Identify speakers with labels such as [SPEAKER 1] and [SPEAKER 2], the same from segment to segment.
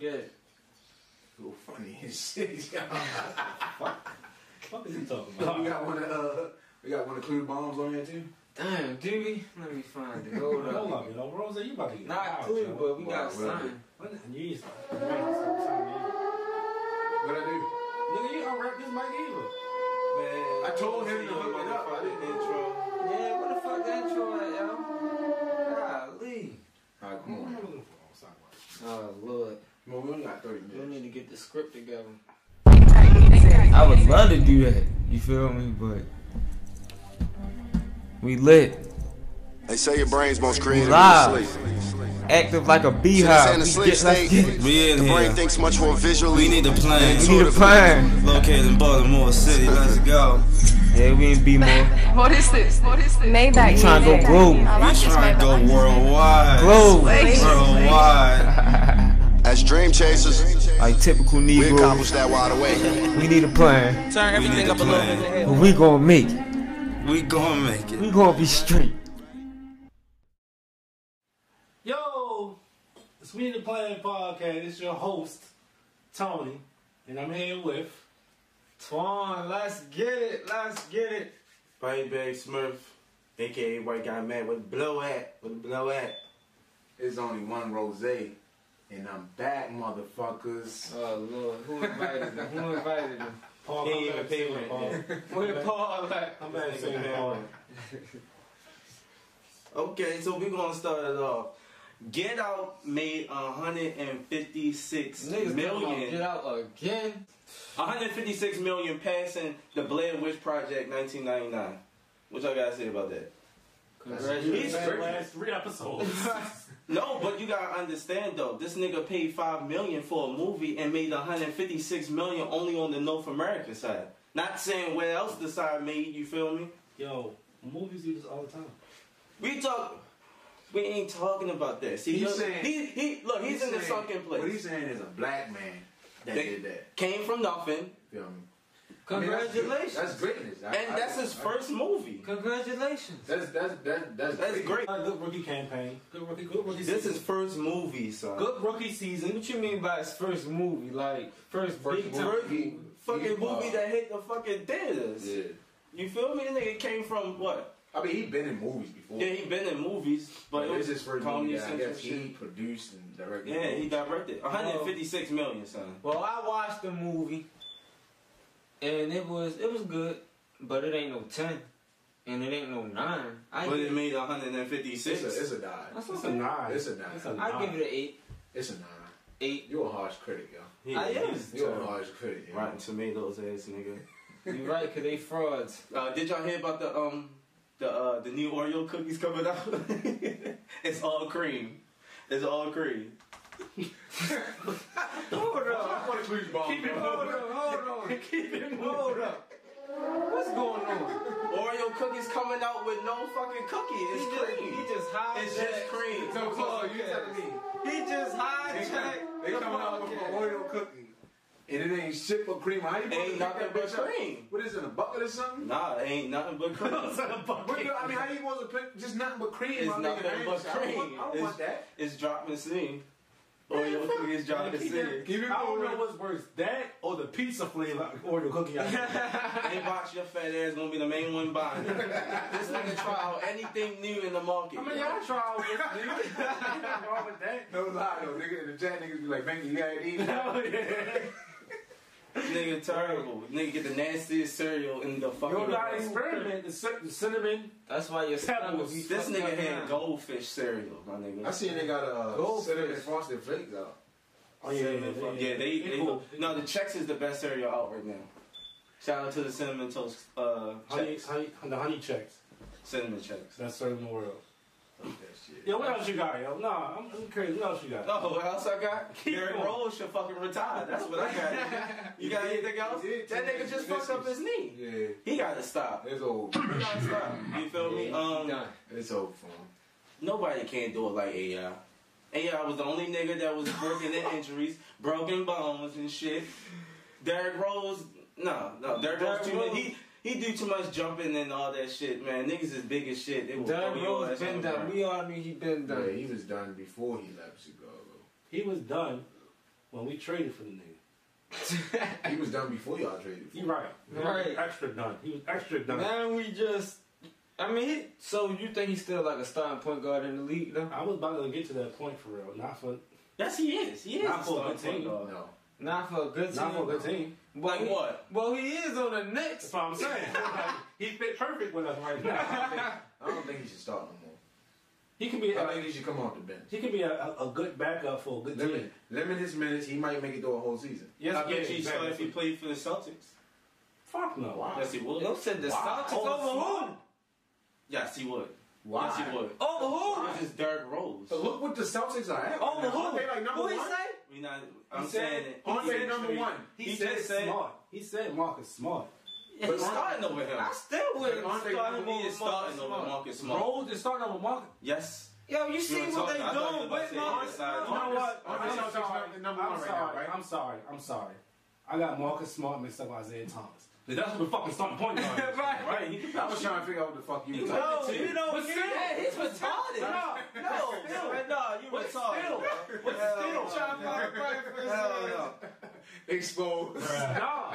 [SPEAKER 1] good.
[SPEAKER 2] Go funny and shit. y'all.
[SPEAKER 3] What are you talking
[SPEAKER 2] we
[SPEAKER 3] about?
[SPEAKER 2] got one of uh, we got one of Clue bombs on here too.
[SPEAKER 1] Damn, do we? Let me find it. Hold
[SPEAKER 3] Hold
[SPEAKER 1] up.
[SPEAKER 3] on, you know, Rosa, you about to get
[SPEAKER 1] Not
[SPEAKER 3] out,
[SPEAKER 1] clue,
[SPEAKER 3] yo.
[SPEAKER 1] but we
[SPEAKER 2] Wow,
[SPEAKER 1] got
[SPEAKER 2] wow.
[SPEAKER 1] something.
[SPEAKER 3] What the- you used to- man, some- some- yeah.
[SPEAKER 2] What I do?
[SPEAKER 3] Nigga, you unwrap this mic either.
[SPEAKER 1] Man,
[SPEAKER 2] I told him to
[SPEAKER 1] your
[SPEAKER 2] hook it up. I didn't intro.
[SPEAKER 1] Yeah, where the fuck that intro at, yo? Golly.
[SPEAKER 2] Alright, come
[SPEAKER 3] What
[SPEAKER 2] on.
[SPEAKER 3] am I looking for? Oh, sorry.
[SPEAKER 1] Oh, Lord.
[SPEAKER 2] Come on, we only got 30
[SPEAKER 1] We
[SPEAKER 2] minutes.
[SPEAKER 1] need to get the script together. I would love to do that. You feel me? But we lit,
[SPEAKER 4] They say your brain's most creative
[SPEAKER 1] Live.
[SPEAKER 4] in sleep.
[SPEAKER 1] active like a
[SPEAKER 4] It's
[SPEAKER 1] beehive.
[SPEAKER 4] in the
[SPEAKER 1] We
[SPEAKER 4] sleep
[SPEAKER 1] get, let's
[SPEAKER 4] state.
[SPEAKER 1] get it.
[SPEAKER 5] We in
[SPEAKER 4] The brain
[SPEAKER 5] here.
[SPEAKER 4] thinks much more visually.
[SPEAKER 5] We need a plan.
[SPEAKER 4] We
[SPEAKER 1] We need a plan.
[SPEAKER 5] Located in Baltimore City. Let's go.
[SPEAKER 1] Yeah, we in B more. We
[SPEAKER 6] What is this? What is this?
[SPEAKER 7] Maybach. Oh,
[SPEAKER 1] We tryna go global.
[SPEAKER 7] I
[SPEAKER 5] We
[SPEAKER 7] like this
[SPEAKER 5] trying to go
[SPEAKER 7] Maybach.
[SPEAKER 5] worldwide.
[SPEAKER 1] Globe.
[SPEAKER 5] Worldwide.
[SPEAKER 4] As dream chasers,
[SPEAKER 1] Like typical
[SPEAKER 4] we accomplish
[SPEAKER 1] Negroes,
[SPEAKER 4] that wide awake.
[SPEAKER 1] we need a plan.
[SPEAKER 5] Turn everything up a little.
[SPEAKER 1] But we gonna make it.
[SPEAKER 5] We gonna make it.
[SPEAKER 1] We gonna be straight.
[SPEAKER 3] Yo, it's We the Plan Podcast. It's your host, Tony, and I'm here with
[SPEAKER 1] Twan, let's get it. Let's get it.
[SPEAKER 8] Bang Bang Smurf, aka White Guy Man, with blow at, with blow at.
[SPEAKER 2] There's only one rose, and I'm back, motherfuckers.
[SPEAKER 1] Oh Lord, who invited him? Who invited him?
[SPEAKER 3] Paul.
[SPEAKER 8] He
[SPEAKER 3] come
[SPEAKER 8] ain't
[SPEAKER 3] back
[SPEAKER 8] even
[SPEAKER 3] singing,
[SPEAKER 8] paying
[SPEAKER 3] Paul.
[SPEAKER 1] Where Paul at?
[SPEAKER 3] Come back singing, Paul.
[SPEAKER 8] Okay, so we're gonna start it off. Get Out made 156
[SPEAKER 1] Niggas
[SPEAKER 8] million.
[SPEAKER 1] million. Get out again.
[SPEAKER 8] 156 million passing the Blair Witch Project 1999. What y'all gotta say about that?
[SPEAKER 3] These
[SPEAKER 1] Congratulations.
[SPEAKER 3] are the last three episodes.
[SPEAKER 8] No, but you gotta understand though, this nigga paid 5 million for a movie and made 156 million only on the North American side. Not saying what else the side made, you feel me?
[SPEAKER 3] Yo, movies do this all the time.
[SPEAKER 8] We talk. We ain't talking about that. See,
[SPEAKER 2] He's
[SPEAKER 8] look,
[SPEAKER 2] saying-
[SPEAKER 8] he, he, look, he's, in the
[SPEAKER 2] saying-
[SPEAKER 8] sunken
[SPEAKER 2] What
[SPEAKER 8] place.
[SPEAKER 2] he's saying is a black man that
[SPEAKER 8] They-
[SPEAKER 2] did that.
[SPEAKER 8] Came from nothing,
[SPEAKER 2] Feel me? I mean, that's good.
[SPEAKER 1] Congratulations.
[SPEAKER 2] That's greatness. I-
[SPEAKER 8] and
[SPEAKER 2] I-
[SPEAKER 8] that's his
[SPEAKER 2] I-
[SPEAKER 8] first movie.
[SPEAKER 1] Congratulations.
[SPEAKER 2] That's that's that's that's,
[SPEAKER 8] That's
[SPEAKER 2] great.
[SPEAKER 8] great.
[SPEAKER 3] Uh, good rookie campaign. Good rookie. Good rookie.
[SPEAKER 8] This
[SPEAKER 3] season.
[SPEAKER 8] is first movie, son.
[SPEAKER 1] Good rookie season. What you mean by his first movie? Like first big
[SPEAKER 8] First
[SPEAKER 1] time.
[SPEAKER 2] He-
[SPEAKER 8] fucking
[SPEAKER 2] he-
[SPEAKER 8] movie
[SPEAKER 2] uh,
[SPEAKER 8] that hit the fucking theaters.
[SPEAKER 2] Yeah.
[SPEAKER 8] You feel me? This nigga came from what?
[SPEAKER 2] I mean, he been in movies before.
[SPEAKER 8] Yeah, he been in movies, but it was
[SPEAKER 2] it's his first
[SPEAKER 8] comedy
[SPEAKER 2] movie. that I
[SPEAKER 8] central
[SPEAKER 2] guess
[SPEAKER 8] shit.
[SPEAKER 2] he produced and directed.
[SPEAKER 8] Yeah, he directed 156 million, son.
[SPEAKER 1] Well, I watched the movie, and it was it was good, but it ain't no ten, and it ain't no nine. I
[SPEAKER 8] But it
[SPEAKER 1] give,
[SPEAKER 8] made
[SPEAKER 2] It's a
[SPEAKER 8] 156.
[SPEAKER 2] it's a nine.
[SPEAKER 1] that's
[SPEAKER 3] It's
[SPEAKER 1] okay.
[SPEAKER 3] a nine.
[SPEAKER 2] It's a nine.
[SPEAKER 3] It's a nine.
[SPEAKER 1] I give it an eight.
[SPEAKER 2] It's a nine.
[SPEAKER 1] Eight.
[SPEAKER 2] You're a harsh critic, yo.
[SPEAKER 1] I am.
[SPEAKER 8] he's
[SPEAKER 2] You're a
[SPEAKER 8] terrible.
[SPEAKER 2] harsh critic. Yo.
[SPEAKER 8] Rotten Tomatoes ass nigga.
[SPEAKER 1] You right? Cause they frauds.
[SPEAKER 8] Uh, did y'all hear about the um the uh, the new Oreo cookies coming out? it's all cream. It's all cream.
[SPEAKER 1] Hold up.
[SPEAKER 2] I want to lose ball.
[SPEAKER 1] Hold up. Hold on. Hold up. What's going on?
[SPEAKER 8] Oreo cookies coming out with no fucking cookie.
[SPEAKER 1] He
[SPEAKER 8] It's
[SPEAKER 1] just,
[SPEAKER 8] cream.
[SPEAKER 1] he just hijacked.
[SPEAKER 8] it's just cream.
[SPEAKER 2] So, Paul, you telling me
[SPEAKER 1] He just
[SPEAKER 2] they come-
[SPEAKER 1] hijacked.
[SPEAKER 2] they
[SPEAKER 1] the
[SPEAKER 2] coming out with an
[SPEAKER 1] podcast.
[SPEAKER 2] Oreo cookie, and it ain't shit but cream. How you supposed to
[SPEAKER 8] Ain't
[SPEAKER 2] pick
[SPEAKER 8] nothing
[SPEAKER 2] that
[SPEAKER 8] but
[SPEAKER 2] bitch up?
[SPEAKER 8] cream.
[SPEAKER 2] What is it, in a bucket or something?
[SPEAKER 8] Nah, it ain't nothing but cream.
[SPEAKER 2] What do- I mean, how you supposed to pick just nothing but cream?
[SPEAKER 8] It's
[SPEAKER 2] out there? I
[SPEAKER 8] nothing but
[SPEAKER 2] ain't- I don't
[SPEAKER 8] cream.
[SPEAKER 2] want- I don't
[SPEAKER 8] It's-
[SPEAKER 2] want that.
[SPEAKER 8] it's dropping scene. Oreo cookies dropping scene.
[SPEAKER 2] Keep it
[SPEAKER 3] I don't know
[SPEAKER 2] moving.
[SPEAKER 3] what's worse, that or the pizza flavor Oreo cookie. I had.
[SPEAKER 8] Inbox your fat ass gonna be the main one buying. it. this nigga try out anything new in the market.
[SPEAKER 3] I mean,
[SPEAKER 8] yo.
[SPEAKER 3] y'all try all this, dude. Nothing wrong with that.
[SPEAKER 2] No lie though, nigga. In the chat, niggas be like, "Thank you, you had these."
[SPEAKER 3] Hell yeah.
[SPEAKER 8] Nigga terrible. Nigga get the nastiest cereal in the fucking.
[SPEAKER 3] You gotta
[SPEAKER 8] world.
[SPEAKER 3] experiment. The, cin- the cinnamon.
[SPEAKER 1] That's why your stomach
[SPEAKER 3] Pebbles.
[SPEAKER 1] be
[SPEAKER 8] This
[SPEAKER 1] fucked
[SPEAKER 8] nigga
[SPEAKER 1] up
[SPEAKER 8] had
[SPEAKER 1] now.
[SPEAKER 8] goldfish cereal, my nigga.
[SPEAKER 2] I seen they got a uh,
[SPEAKER 1] Goldfish.
[SPEAKER 2] cinnamon frosted flakes out.
[SPEAKER 3] Oh yeah,
[SPEAKER 8] yeah, they, they
[SPEAKER 3] cool.
[SPEAKER 8] no the Chex is the best cereal out right now. Shout out to the cinnamon toast uh
[SPEAKER 3] Honey,
[SPEAKER 8] Chex.
[SPEAKER 3] honey, the honey checks.
[SPEAKER 8] Cinnamon Chex.
[SPEAKER 3] That's serving the world.
[SPEAKER 2] Fuck that shit.
[SPEAKER 3] Yo, what else you got, yo? Nah, I'm, I'm crazy. What else you got?
[SPEAKER 8] Oh, what else I got? Derrick
[SPEAKER 3] going.
[SPEAKER 8] Rose should fucking retire. That's what I got. you got anything else?
[SPEAKER 2] he did
[SPEAKER 8] That
[SPEAKER 2] tell
[SPEAKER 8] nigga
[SPEAKER 2] us
[SPEAKER 8] just
[SPEAKER 2] the
[SPEAKER 8] fucked up his knee.
[SPEAKER 2] Yeah,
[SPEAKER 8] He gotta stop.
[SPEAKER 2] it's old.
[SPEAKER 8] He gotta stop. You feel me? Um
[SPEAKER 1] Done.
[SPEAKER 2] It's old for him.
[SPEAKER 8] Nobody can do it like AI. AI was the only nigga that was working in injuries, broken bones and shit. Derrick Rose, no, no, Derrick Rose
[SPEAKER 1] Derrick
[SPEAKER 8] too much.
[SPEAKER 1] Rose-
[SPEAKER 8] He he do too much jumping and all that shit, man. Niggas is big as shit. They will
[SPEAKER 1] Derrick
[SPEAKER 8] throw your
[SPEAKER 1] Rose
[SPEAKER 8] ass on
[SPEAKER 1] been
[SPEAKER 8] the
[SPEAKER 1] done.
[SPEAKER 8] ground.
[SPEAKER 1] We all knew he been
[SPEAKER 2] Yeah,
[SPEAKER 1] done.
[SPEAKER 2] he was done before he left Chicago.
[SPEAKER 3] He was done when we traded for the nigga.
[SPEAKER 2] He was done before y'all traded. for
[SPEAKER 3] You right. Man,
[SPEAKER 1] Right.
[SPEAKER 3] He was extra done. He was extra done.
[SPEAKER 1] Now we just. I mean, he, so you think he's still like a starting point guard in the league, though?
[SPEAKER 3] I was about to get to that point for real. Not for
[SPEAKER 8] Yes, he is. He is.
[SPEAKER 3] Not for
[SPEAKER 8] a
[SPEAKER 3] a
[SPEAKER 8] starting
[SPEAKER 3] good team.
[SPEAKER 8] point guard.
[SPEAKER 2] No.
[SPEAKER 1] Not for a good team.
[SPEAKER 3] not for the team.
[SPEAKER 1] Well,
[SPEAKER 8] Like
[SPEAKER 1] he-
[SPEAKER 8] what?
[SPEAKER 1] Well, he is on the Knicks.
[SPEAKER 3] That's what I'm saying. like, he fit perfect with us right now.
[SPEAKER 2] I don't think he should start no more.
[SPEAKER 3] He can be
[SPEAKER 2] I think
[SPEAKER 3] a,
[SPEAKER 2] he should come off the bench.
[SPEAKER 3] he can be a, a, a good backup for a good team.
[SPEAKER 2] Limit, limit his minutes. He might make it through a whole season.
[SPEAKER 3] Yes,
[SPEAKER 8] I bet
[SPEAKER 3] yeah,
[SPEAKER 8] you saw if he
[SPEAKER 3] exactly.
[SPEAKER 8] played for the Celtics.
[SPEAKER 3] Fuck no.
[SPEAKER 2] Why?
[SPEAKER 8] Yes, he would.
[SPEAKER 1] Yo said the
[SPEAKER 2] Wow.
[SPEAKER 1] Celtics over who?
[SPEAKER 8] Yes, he would.
[SPEAKER 2] Why?
[SPEAKER 8] Yes, he would.
[SPEAKER 1] Over who?
[SPEAKER 8] This is Derrick Rose.
[SPEAKER 2] But look what the Celtics are at.
[SPEAKER 1] Over
[SPEAKER 2] Aren't
[SPEAKER 1] Oh, who?
[SPEAKER 2] They like number
[SPEAKER 1] who he
[SPEAKER 2] one.
[SPEAKER 1] say?
[SPEAKER 8] We not, I'm
[SPEAKER 3] He said-
[SPEAKER 8] saying it.
[SPEAKER 2] Aren't
[SPEAKER 8] He
[SPEAKER 2] they
[SPEAKER 8] said-
[SPEAKER 2] number one?
[SPEAKER 3] He,
[SPEAKER 8] He,
[SPEAKER 3] said
[SPEAKER 8] just said
[SPEAKER 3] smart. He said Marcus smart.
[SPEAKER 8] Yeah, he's starting over him.
[SPEAKER 1] I still wouldn't
[SPEAKER 2] Aren't they
[SPEAKER 1] start him
[SPEAKER 8] He
[SPEAKER 1] over
[SPEAKER 8] is starting
[SPEAKER 1] Marcus
[SPEAKER 8] over
[SPEAKER 1] Smart.
[SPEAKER 8] Marcus Smart.
[SPEAKER 3] Rose is starting over Marcus.
[SPEAKER 8] Yes.
[SPEAKER 1] Yo, you see
[SPEAKER 8] were
[SPEAKER 1] what
[SPEAKER 8] talking- I thought you
[SPEAKER 1] they doing
[SPEAKER 8] were
[SPEAKER 1] with
[SPEAKER 8] about
[SPEAKER 1] Marcus
[SPEAKER 8] to say Marcus
[SPEAKER 1] Smart?
[SPEAKER 3] You know what?
[SPEAKER 2] Aren't
[SPEAKER 3] I'm
[SPEAKER 2] the Celtics
[SPEAKER 3] sorry.
[SPEAKER 2] not- number
[SPEAKER 3] I'm
[SPEAKER 2] one right now,
[SPEAKER 3] sorry.
[SPEAKER 2] right?
[SPEAKER 3] I'm sorry. I'm sorry. I got Marcus Smart mixed up with Isaiah Thomas. That's what the fucking starting point guard. is.
[SPEAKER 1] Right.
[SPEAKER 8] Right. He could
[SPEAKER 2] I was trying to figure out what the fuck you was like.
[SPEAKER 1] No, you
[SPEAKER 3] But
[SPEAKER 1] don't get
[SPEAKER 3] still-
[SPEAKER 1] that. He's retarded.
[SPEAKER 3] No,
[SPEAKER 8] No, no, you
[SPEAKER 3] but
[SPEAKER 8] retarded.
[SPEAKER 3] still, but
[SPEAKER 8] Hell
[SPEAKER 3] still,
[SPEAKER 1] Trying to find a fight for
[SPEAKER 8] Hell
[SPEAKER 1] himself.
[SPEAKER 8] no.
[SPEAKER 2] Exposed.
[SPEAKER 3] no,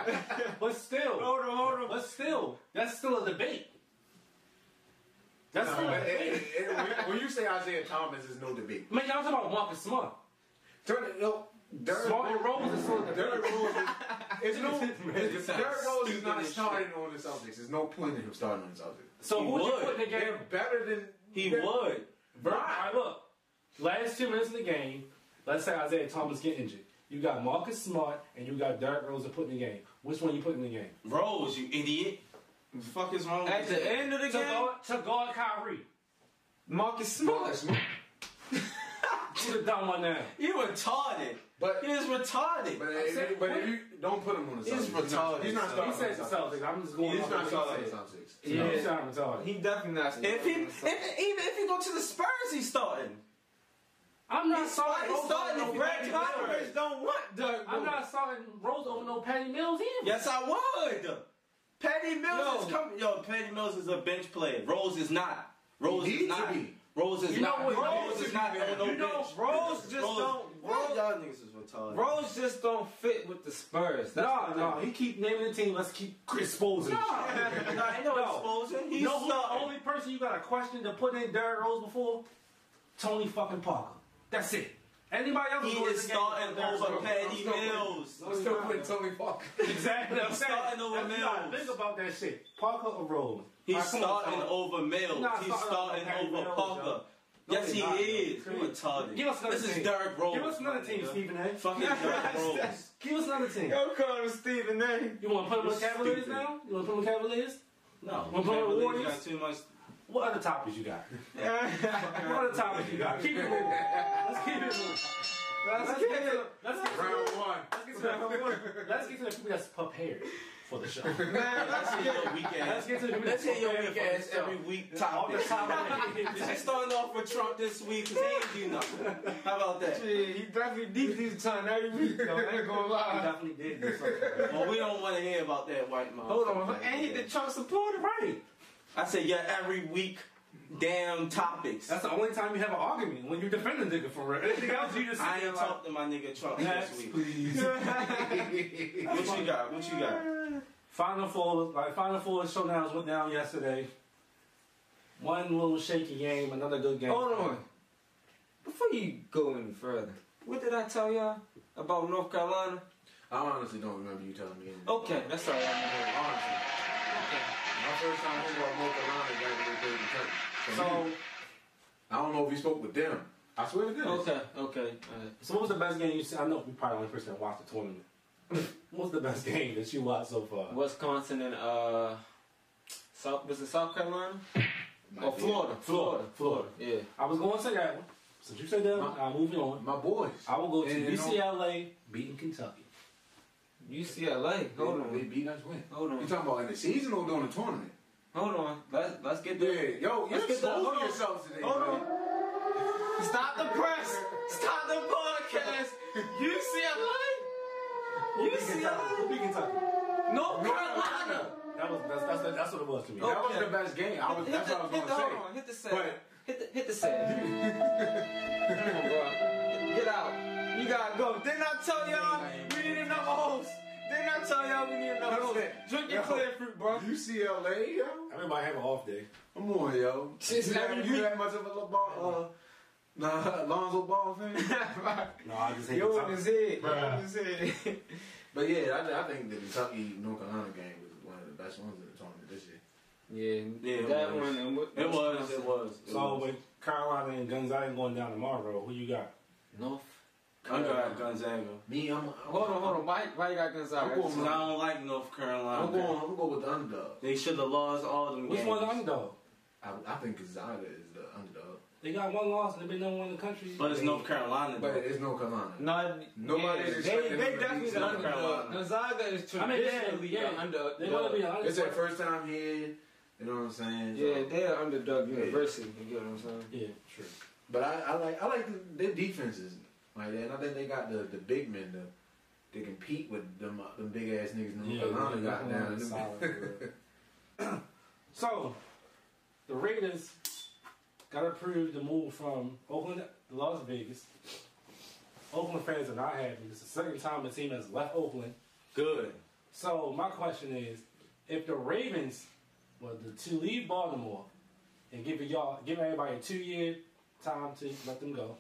[SPEAKER 3] but still,
[SPEAKER 1] Hold on, hold on.
[SPEAKER 3] but still, that's still a debate. That's
[SPEAKER 2] No,
[SPEAKER 3] still a
[SPEAKER 2] it- it-
[SPEAKER 3] debate.
[SPEAKER 2] it- when- when you say Isaiah Thomas, there's no debate.
[SPEAKER 3] Man, y'all talking about Marcus Smart?
[SPEAKER 2] Turn it no, Derrick
[SPEAKER 3] Smart and
[SPEAKER 2] Rose.
[SPEAKER 3] Rose is still a debate.
[SPEAKER 2] Derrick Rose. is- It's no. it's-
[SPEAKER 8] sounds
[SPEAKER 2] Derrick Rose is
[SPEAKER 8] stupid
[SPEAKER 2] not
[SPEAKER 8] as shit.
[SPEAKER 2] starting on the Celtics. There's no point in him starting on the Celtics.
[SPEAKER 3] So
[SPEAKER 8] He
[SPEAKER 3] who would you
[SPEAKER 8] would.
[SPEAKER 3] put in the game?
[SPEAKER 2] They're better than
[SPEAKER 8] He
[SPEAKER 2] they're-
[SPEAKER 8] would.
[SPEAKER 3] All right, look. Last two minutes of the game, let's say Isaiah Thomas get injured. You got Marcus Smart and you got Derrick Rose to put in the game. Which one you put in the game?
[SPEAKER 8] Rose, you idiot. The fuck is wrong
[SPEAKER 1] At
[SPEAKER 8] with
[SPEAKER 1] the
[SPEAKER 8] you?
[SPEAKER 1] end of the
[SPEAKER 3] To
[SPEAKER 1] game,
[SPEAKER 3] guard, to guard Kyrie.
[SPEAKER 1] Marcus Smart.
[SPEAKER 3] Who's the dumb one now?
[SPEAKER 8] You retarded.
[SPEAKER 2] But
[SPEAKER 8] He is retarded.
[SPEAKER 2] but, if,
[SPEAKER 3] said-
[SPEAKER 2] but if you don't put him on the
[SPEAKER 8] He's
[SPEAKER 2] Celtics,
[SPEAKER 8] retarded,
[SPEAKER 2] He's not
[SPEAKER 8] son.
[SPEAKER 2] starting.
[SPEAKER 3] He says the
[SPEAKER 2] on the Celtics.
[SPEAKER 3] Celtics. I'm just going
[SPEAKER 2] He's
[SPEAKER 3] off
[SPEAKER 2] not
[SPEAKER 3] what
[SPEAKER 2] starting on
[SPEAKER 3] he
[SPEAKER 2] the
[SPEAKER 3] said.
[SPEAKER 2] Celtics.
[SPEAKER 1] Yeah.
[SPEAKER 3] He's not retarded.
[SPEAKER 1] He definitely not.
[SPEAKER 8] if he, if, even if he go to the Spurs, he's starting.
[SPEAKER 3] I'm not
[SPEAKER 8] He's starting.
[SPEAKER 3] starting.
[SPEAKER 8] He's
[SPEAKER 3] Rose
[SPEAKER 8] starting.
[SPEAKER 3] over
[SPEAKER 8] if
[SPEAKER 3] no
[SPEAKER 8] Brad
[SPEAKER 3] Patty Mills.
[SPEAKER 8] Converse don't want Doug.
[SPEAKER 3] I'm not starting Rose over no Patty Mills either.
[SPEAKER 8] Yes, I would. Patty Mills
[SPEAKER 1] Yo.
[SPEAKER 8] is coming. Yo, Patty Mills is a bench player. Rose is not. Rose
[SPEAKER 2] He
[SPEAKER 8] is
[SPEAKER 2] needs
[SPEAKER 8] not.
[SPEAKER 2] to be.
[SPEAKER 8] Rose is
[SPEAKER 3] You know
[SPEAKER 8] not.
[SPEAKER 3] what?
[SPEAKER 8] Rose,
[SPEAKER 2] Rose
[SPEAKER 8] is not.
[SPEAKER 2] is-
[SPEAKER 8] on no
[SPEAKER 1] You know,
[SPEAKER 8] bench.
[SPEAKER 1] Rose just
[SPEAKER 8] Rose-
[SPEAKER 1] don't-
[SPEAKER 8] Rose, y'all niggas is retarded.
[SPEAKER 1] Rose just don't fit with the Spurs. That's
[SPEAKER 3] No,
[SPEAKER 1] the
[SPEAKER 3] no.
[SPEAKER 1] thing.
[SPEAKER 3] He keep naming the team. Let's keep exposing.
[SPEAKER 8] Nah, nah, ain't no,
[SPEAKER 3] No.
[SPEAKER 8] exposure. He's
[SPEAKER 3] You know who the
[SPEAKER 8] starting.
[SPEAKER 3] only person you got a question to put in Derrick Rose before? Tony fucking Parker. That's it. Anybody else
[SPEAKER 8] He
[SPEAKER 3] go
[SPEAKER 8] is
[SPEAKER 3] to the game
[SPEAKER 8] starting
[SPEAKER 3] with Derrick
[SPEAKER 8] over
[SPEAKER 3] Rose.
[SPEAKER 8] Patty Mills.
[SPEAKER 2] I'm still putting Tony Parker.
[SPEAKER 3] Exactly. I'm saying.
[SPEAKER 8] starting over
[SPEAKER 3] That's not-
[SPEAKER 8] Mills.
[SPEAKER 3] Think about that shit. Parker or Rose?
[SPEAKER 8] He's
[SPEAKER 3] Alright, come on,
[SPEAKER 8] starting
[SPEAKER 3] son.
[SPEAKER 8] over Mills.
[SPEAKER 3] not
[SPEAKER 8] He's
[SPEAKER 3] starting over
[SPEAKER 8] starting
[SPEAKER 3] Patty
[SPEAKER 8] over
[SPEAKER 3] Mills,
[SPEAKER 8] Parker.
[SPEAKER 3] yo.
[SPEAKER 8] Yes,
[SPEAKER 3] he's
[SPEAKER 8] he
[SPEAKER 3] not, yo.
[SPEAKER 8] is. You retarded.
[SPEAKER 3] Give us another
[SPEAKER 8] This
[SPEAKER 3] team.
[SPEAKER 8] is Derrick Rose.
[SPEAKER 3] Give us another team,
[SPEAKER 8] nigga.
[SPEAKER 3] Stephen A.
[SPEAKER 8] Fucking Derrick Rose.
[SPEAKER 3] Give us another team.
[SPEAKER 1] Yo, call him eh? Stephen A.
[SPEAKER 3] You want to put him with
[SPEAKER 8] You're
[SPEAKER 3] Cavaliers
[SPEAKER 8] stupid.
[SPEAKER 3] now? You want to put him with Cavaliers?
[SPEAKER 8] No,
[SPEAKER 3] We're playing
[SPEAKER 8] Cavaliers
[SPEAKER 3] Warriors.
[SPEAKER 8] got too much.
[SPEAKER 3] What other topics you got? what other topics you got? Keep it moving. Let's keep it moving. Let's, get to, let's, get to,
[SPEAKER 2] Round one.
[SPEAKER 3] let's get to the let's get to the people that's prepared for the show.
[SPEAKER 1] Man,
[SPEAKER 8] Let's hear your weak
[SPEAKER 3] Let's
[SPEAKER 8] ass.
[SPEAKER 3] get to the people
[SPEAKER 8] Let's
[SPEAKER 3] that's
[SPEAKER 8] hear your
[SPEAKER 3] prepared for the
[SPEAKER 8] weak ass
[SPEAKER 3] show.
[SPEAKER 8] every week
[SPEAKER 3] All the
[SPEAKER 8] topic.
[SPEAKER 3] topic.
[SPEAKER 8] She's starting off with Trump this week because he ain't do nothing. How about that?
[SPEAKER 1] shit, he definitely deep his tongue every week, though. I ain't gonna
[SPEAKER 3] I
[SPEAKER 1] lie.
[SPEAKER 3] definitely did do something.
[SPEAKER 8] Well, we don't want to hear about that white mom.
[SPEAKER 1] Hold on, and he the Trump supporter, right?
[SPEAKER 8] I said, yeah, every week, damn topics.
[SPEAKER 3] That's the only time you have an argument when you defend a nigga for real. Anything else you just
[SPEAKER 8] I
[SPEAKER 3] sit there
[SPEAKER 8] ain't
[SPEAKER 3] like,
[SPEAKER 8] talked to my nigga Trump
[SPEAKER 3] Next,
[SPEAKER 8] this week.
[SPEAKER 3] please.
[SPEAKER 8] What you got? What you got?
[SPEAKER 3] Final Four, like Final Four showdowns went down yesterday. One little shaky game, another good game.
[SPEAKER 1] Hold on. Before you go any further, what did I tell y'all about North Carolina?
[SPEAKER 2] I honestly don't remember you telling me. anything.
[SPEAKER 1] Okay, that's all right.
[SPEAKER 2] Honestly. My first time hearing about North Carolina is back when they played Kentucky. For
[SPEAKER 3] So,
[SPEAKER 2] me, I don't know if we spoke with them. I swear to goodness.
[SPEAKER 1] Okay, okay. Uh, alright.
[SPEAKER 3] so what was the best game you seen? I know we probably the only person that watched the tournament. what was the best game that you watched so far?
[SPEAKER 1] Wisconsin and uh, South was it South Carolina
[SPEAKER 2] My
[SPEAKER 1] or Florida?
[SPEAKER 2] boy-
[SPEAKER 1] Florida,
[SPEAKER 3] Florida,
[SPEAKER 1] Florida. Yeah.
[SPEAKER 3] I was going to say that one. Since you said that one, I'm moving on.
[SPEAKER 2] My boys.
[SPEAKER 3] I will go to
[SPEAKER 2] And, you know,
[SPEAKER 3] UCLA beating Kentucky.
[SPEAKER 1] UCLA. Hold
[SPEAKER 2] They they
[SPEAKER 1] on.
[SPEAKER 2] beat us win.
[SPEAKER 1] Hold
[SPEAKER 2] You
[SPEAKER 1] on.
[SPEAKER 2] talking about in the season or during the tournament?
[SPEAKER 1] Hold on. Let's let's get
[SPEAKER 2] Yeah,
[SPEAKER 1] there.
[SPEAKER 2] yo, you
[SPEAKER 1] Let's get that- hold
[SPEAKER 2] exposed
[SPEAKER 1] on.
[SPEAKER 2] yourself today.
[SPEAKER 1] Hold
[SPEAKER 2] man.
[SPEAKER 1] Stop the press. Stop the podcast. UCLA.
[SPEAKER 3] Kentucky.
[SPEAKER 1] UCLA.
[SPEAKER 3] Beating Kentucky.
[SPEAKER 1] North
[SPEAKER 2] North
[SPEAKER 1] Carolina.
[SPEAKER 2] Carolina.
[SPEAKER 3] That was that's, that's, that's what it was to me.
[SPEAKER 1] Oh.
[SPEAKER 2] That was
[SPEAKER 1] Okay.
[SPEAKER 2] the best game. I was, that's
[SPEAKER 1] hit
[SPEAKER 2] what I was
[SPEAKER 1] the, hit
[SPEAKER 2] going to
[SPEAKER 1] the, Hold
[SPEAKER 2] say.
[SPEAKER 1] on, hit the set.
[SPEAKER 2] But-
[SPEAKER 1] hit the hit the set. Come on, bro. Get out. You
[SPEAKER 8] gotta go. Didn't I tell y'all we need another host? Didn't I tell y'all we need another host? Drink your
[SPEAKER 2] Yo.
[SPEAKER 8] clear fruit, bro.
[SPEAKER 2] UCLA, yo.
[SPEAKER 3] Everybody have an off day.
[SPEAKER 2] Come on, yo.
[SPEAKER 8] Shit's
[SPEAKER 2] you, that,
[SPEAKER 8] every
[SPEAKER 2] you
[SPEAKER 8] week.
[SPEAKER 2] that much of a LeBron, uh, nah, Lonzo Ball fan?
[SPEAKER 3] No, I just hate the
[SPEAKER 2] yo in
[SPEAKER 3] Titans.
[SPEAKER 2] his head.
[SPEAKER 3] Bruh.
[SPEAKER 2] Yo in his head. but yeah, I, I think the Kentucky North Carolina game was one of the best ones of the tournament this year.
[SPEAKER 1] Yeah,
[SPEAKER 8] Yeah,
[SPEAKER 1] that
[SPEAKER 8] it was.
[SPEAKER 1] one. And what,
[SPEAKER 8] It was, it was. It
[SPEAKER 3] So
[SPEAKER 8] was.
[SPEAKER 3] with Carolina and Gonzaga going down tomorrow, who you got?
[SPEAKER 1] North.
[SPEAKER 8] I'm gonna have Gonzaga.
[SPEAKER 2] Me, I'm. I'm
[SPEAKER 1] Hold on, hold on. Why, why you got
[SPEAKER 2] I'm
[SPEAKER 1] Gonzaga?
[SPEAKER 2] going-
[SPEAKER 8] Cause I don't like North Carolina.
[SPEAKER 2] I'm going. I'm going to go with the underdog.
[SPEAKER 8] They should have lost all them
[SPEAKER 3] Which
[SPEAKER 8] games.
[SPEAKER 3] one's the underdog?
[SPEAKER 2] I, I think Gonzaga is the underdog,
[SPEAKER 3] They got one loss and they've been number one in the country.
[SPEAKER 8] But it's North Carolina.
[SPEAKER 2] but
[SPEAKER 8] though.
[SPEAKER 2] it's North Carolina.
[SPEAKER 1] Not
[SPEAKER 2] Nobody
[SPEAKER 1] Yeah,
[SPEAKER 2] is
[SPEAKER 1] they,
[SPEAKER 2] expecting them
[SPEAKER 1] they
[SPEAKER 2] to
[SPEAKER 1] definitely
[SPEAKER 2] beat
[SPEAKER 1] the
[SPEAKER 2] South
[SPEAKER 1] underdog.
[SPEAKER 8] Carolina.
[SPEAKER 1] Gonzaga is
[SPEAKER 3] I mean,
[SPEAKER 1] traditionally
[SPEAKER 3] yeah, yeah.
[SPEAKER 1] the underdog.
[SPEAKER 3] They want to be an
[SPEAKER 2] It's
[SPEAKER 3] underdog.
[SPEAKER 2] their first time here. You know what I'm saying? So-
[SPEAKER 1] Yeah, they're underdog university. You get what I'm saying?
[SPEAKER 3] Yeah, true.
[SPEAKER 2] But I, I like I like the, their defenses like that. And I think they got the, the big men to to compete with them uh, them big ass niggas. in North
[SPEAKER 3] Yeah,
[SPEAKER 2] Carolina
[SPEAKER 3] yeah,
[SPEAKER 2] got down.
[SPEAKER 3] Carolina's solid, So, the Raiders got approved the move from Oakland to Las Vegas. Oakland fans are not happy. It's the second time the team has left Oakland.
[SPEAKER 8] Good.
[SPEAKER 3] So, my question is if the Ravens were to- to leave Baltimore and give y'all, give everybody a two year time to let them go,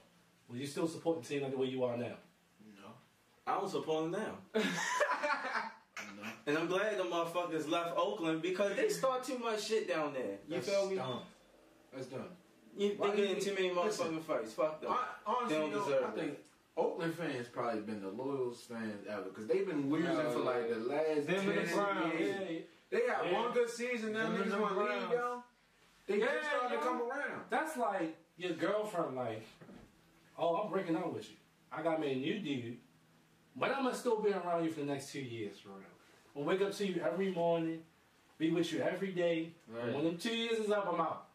[SPEAKER 3] will you still support the team like the way you are now?
[SPEAKER 8] I was supporting them. And I'm glad the motherfuckers left Oakland because they start too much shit down there. You
[SPEAKER 2] That's
[SPEAKER 8] feel me?
[SPEAKER 2] Dumb. That's dumb.
[SPEAKER 8] You,
[SPEAKER 2] Why
[SPEAKER 8] they
[SPEAKER 2] you-
[SPEAKER 8] getting too many motherfucking
[SPEAKER 2] listen.
[SPEAKER 8] fights. Fuck them.
[SPEAKER 2] I, honestly,
[SPEAKER 8] They don't
[SPEAKER 2] though,
[SPEAKER 8] deserve
[SPEAKER 2] I think Oakland fans probably been the loyalest fans ever because they've been losing
[SPEAKER 1] Yeah,
[SPEAKER 2] for like the last
[SPEAKER 1] Them and the
[SPEAKER 2] 10
[SPEAKER 1] Browns,
[SPEAKER 2] years. They got
[SPEAKER 3] Yeah.
[SPEAKER 2] one good season. Now
[SPEAKER 1] Them and
[SPEAKER 2] niggas
[SPEAKER 1] the
[SPEAKER 2] want to leave,
[SPEAKER 1] Browns.
[SPEAKER 2] yo. They
[SPEAKER 3] Yeah,
[SPEAKER 2] just started
[SPEAKER 3] yo.
[SPEAKER 2] to come around.
[SPEAKER 3] That's like your girlfriend, like, oh, I'm breaking up with you. I got me a new dude, but I'm gonna still be around you for the next two years, for real. I'll wake up to you every morning, be with you every day. And when them two years is up, I'm out.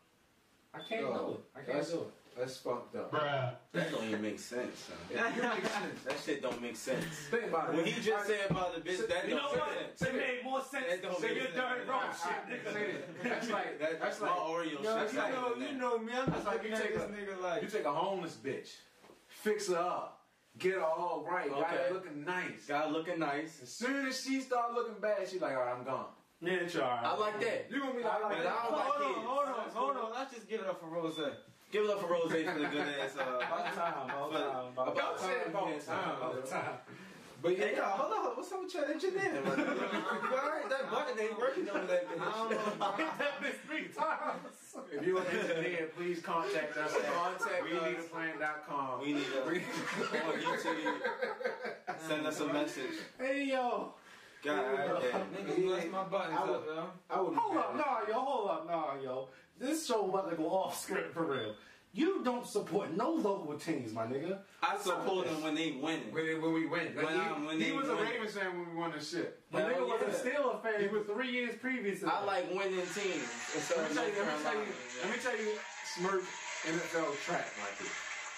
[SPEAKER 3] I can't
[SPEAKER 2] Yo,
[SPEAKER 3] do it. I can't
[SPEAKER 2] that's-
[SPEAKER 3] do
[SPEAKER 2] That's fucked up.
[SPEAKER 3] it. Bruh.
[SPEAKER 8] that don't even make sense, son.
[SPEAKER 2] Yeah, you make sense.
[SPEAKER 8] That shit don't make sense.
[SPEAKER 2] Think about it.
[SPEAKER 8] What he just said about the bitch, that
[SPEAKER 3] You
[SPEAKER 8] don't
[SPEAKER 3] know
[SPEAKER 8] make
[SPEAKER 3] what?
[SPEAKER 8] sense.
[SPEAKER 3] It made more sense
[SPEAKER 8] That don't
[SPEAKER 3] than
[SPEAKER 8] make
[SPEAKER 3] your
[SPEAKER 8] sense.
[SPEAKER 3] dirty wrong
[SPEAKER 2] I-
[SPEAKER 3] shit,
[SPEAKER 2] I-
[SPEAKER 3] nigga.
[SPEAKER 2] That's like
[SPEAKER 8] That,
[SPEAKER 2] that's
[SPEAKER 8] my
[SPEAKER 2] like
[SPEAKER 8] Oreo shit. That's
[SPEAKER 2] you
[SPEAKER 8] not
[SPEAKER 2] know-
[SPEAKER 8] even
[SPEAKER 2] you
[SPEAKER 8] that.
[SPEAKER 1] know me. I'm
[SPEAKER 2] That's like you take a-
[SPEAKER 1] nigga
[SPEAKER 2] You take a homeless bitch, fix her up, get her all right, got
[SPEAKER 8] Okay.
[SPEAKER 2] her looking nice.
[SPEAKER 8] Guy looking nice.
[SPEAKER 2] As soon as she start looking bad, she like, all right, I'm gone.
[SPEAKER 3] Yeah, it's alright.
[SPEAKER 8] I like that.
[SPEAKER 2] You gonna be like,
[SPEAKER 8] But I don't like
[SPEAKER 1] Hold on,
[SPEAKER 8] kids.
[SPEAKER 1] hold on, hold on. Let's just give it up for Rose.
[SPEAKER 8] Give it up for Rose for the good ass. Uh,
[SPEAKER 3] About time, about time, about time.
[SPEAKER 8] about
[SPEAKER 2] Don't say
[SPEAKER 8] time.
[SPEAKER 2] it about
[SPEAKER 8] yes,
[SPEAKER 2] time.
[SPEAKER 8] uh,
[SPEAKER 3] About time.
[SPEAKER 2] but
[SPEAKER 8] Hey,
[SPEAKER 2] yeah,
[SPEAKER 8] y'all, hold on. What's up with your engineer? man? You Alright, that button ain't working on that bitch.
[SPEAKER 3] That bitch three times.
[SPEAKER 2] if you're an engineer, please contact us at contact we need a plan.com.
[SPEAKER 8] We need to on YouTube. Send us a message.
[SPEAKER 3] Hey, yo.
[SPEAKER 8] God damn.
[SPEAKER 1] Niggas
[SPEAKER 2] Yeah.
[SPEAKER 1] bless my buttons
[SPEAKER 2] I
[SPEAKER 1] up,
[SPEAKER 2] would-
[SPEAKER 1] yo.
[SPEAKER 2] I would be
[SPEAKER 3] Hold up,
[SPEAKER 2] mad.
[SPEAKER 3] nah, yo, hold up, nah, yo. This show about to go off script for real. You don't support no local teams, my nigga.
[SPEAKER 8] I support them when they winning.
[SPEAKER 2] When, when we win. Like,
[SPEAKER 8] When
[SPEAKER 2] he,
[SPEAKER 8] I- when
[SPEAKER 2] he
[SPEAKER 8] they
[SPEAKER 2] was a
[SPEAKER 8] win.
[SPEAKER 2] Ravens fan when we won the shit.
[SPEAKER 3] My
[SPEAKER 8] Hell
[SPEAKER 3] nigga was
[SPEAKER 8] yeah.
[SPEAKER 3] a Steeler fan. He was three years previous. to
[SPEAKER 8] I
[SPEAKER 3] that.
[SPEAKER 8] like winning teams. instead
[SPEAKER 2] Let
[SPEAKER 8] of
[SPEAKER 2] me tell you, let me
[SPEAKER 8] North
[SPEAKER 2] tell you,
[SPEAKER 8] Carolina.
[SPEAKER 2] let me tell you, Smurf NFL track like this.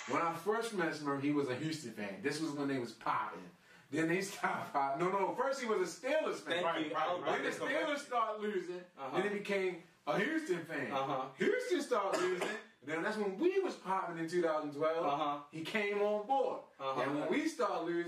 [SPEAKER 2] When I first met Smurf, he was a Houston fan. This was when they was popping. Then they stopped popping. No, no, first he was a Steelers fan.
[SPEAKER 8] Thank you. I'll
[SPEAKER 2] Then the
[SPEAKER 8] buy this
[SPEAKER 2] Steelers started losing.
[SPEAKER 8] Uh-huh.
[SPEAKER 2] Then it became a Houston fan.
[SPEAKER 8] Uh-huh.
[SPEAKER 2] Houston started losing. Then that's when we was popping in 2012.
[SPEAKER 8] Uh-huh.
[SPEAKER 2] He came on board.
[SPEAKER 8] Uh-huh.
[SPEAKER 2] And when we started losing,